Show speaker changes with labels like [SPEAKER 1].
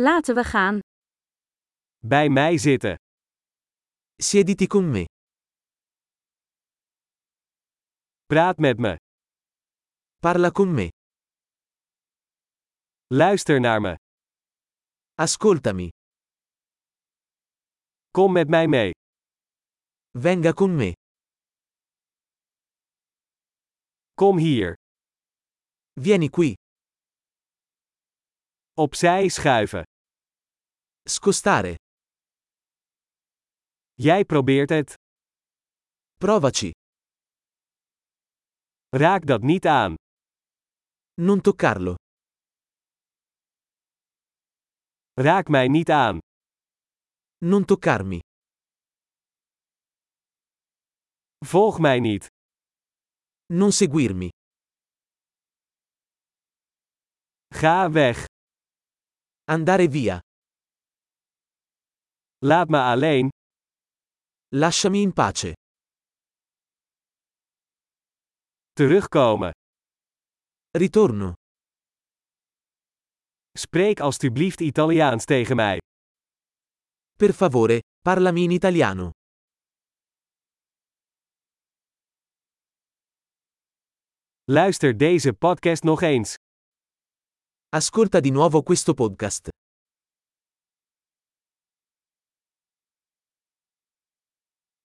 [SPEAKER 1] Laten we gaan.
[SPEAKER 2] Bij mij zitten.
[SPEAKER 3] Siediti con me.
[SPEAKER 2] Praat met me.
[SPEAKER 3] Parla con me.
[SPEAKER 2] Luister naar me.
[SPEAKER 3] Ascoltami.
[SPEAKER 2] Kom met mij mee.
[SPEAKER 3] Venga con me.
[SPEAKER 2] Kom hier.
[SPEAKER 3] Vieni qui.
[SPEAKER 2] Opzij schuiven.
[SPEAKER 3] Scostare.
[SPEAKER 2] Jij probeert het.
[SPEAKER 3] Provaci.
[SPEAKER 2] Raak dat niet aan.
[SPEAKER 3] Non toccarlo.
[SPEAKER 2] Raak mij niet aan.
[SPEAKER 3] Non toccarmi.
[SPEAKER 2] Volg mij niet.
[SPEAKER 3] Non seguirmi.
[SPEAKER 2] Ga weg.
[SPEAKER 3] Andare via.
[SPEAKER 2] Laat me alleen.
[SPEAKER 3] Lasciami in pace.
[SPEAKER 2] Terugkomen.
[SPEAKER 3] Ritorno.
[SPEAKER 2] Spreek alstublieft Italiaans tegen mij.
[SPEAKER 3] Per favore, parlami in italiano.
[SPEAKER 2] Luister deze podcast nog eens.
[SPEAKER 3] Ascolta di nuovo questo podcast.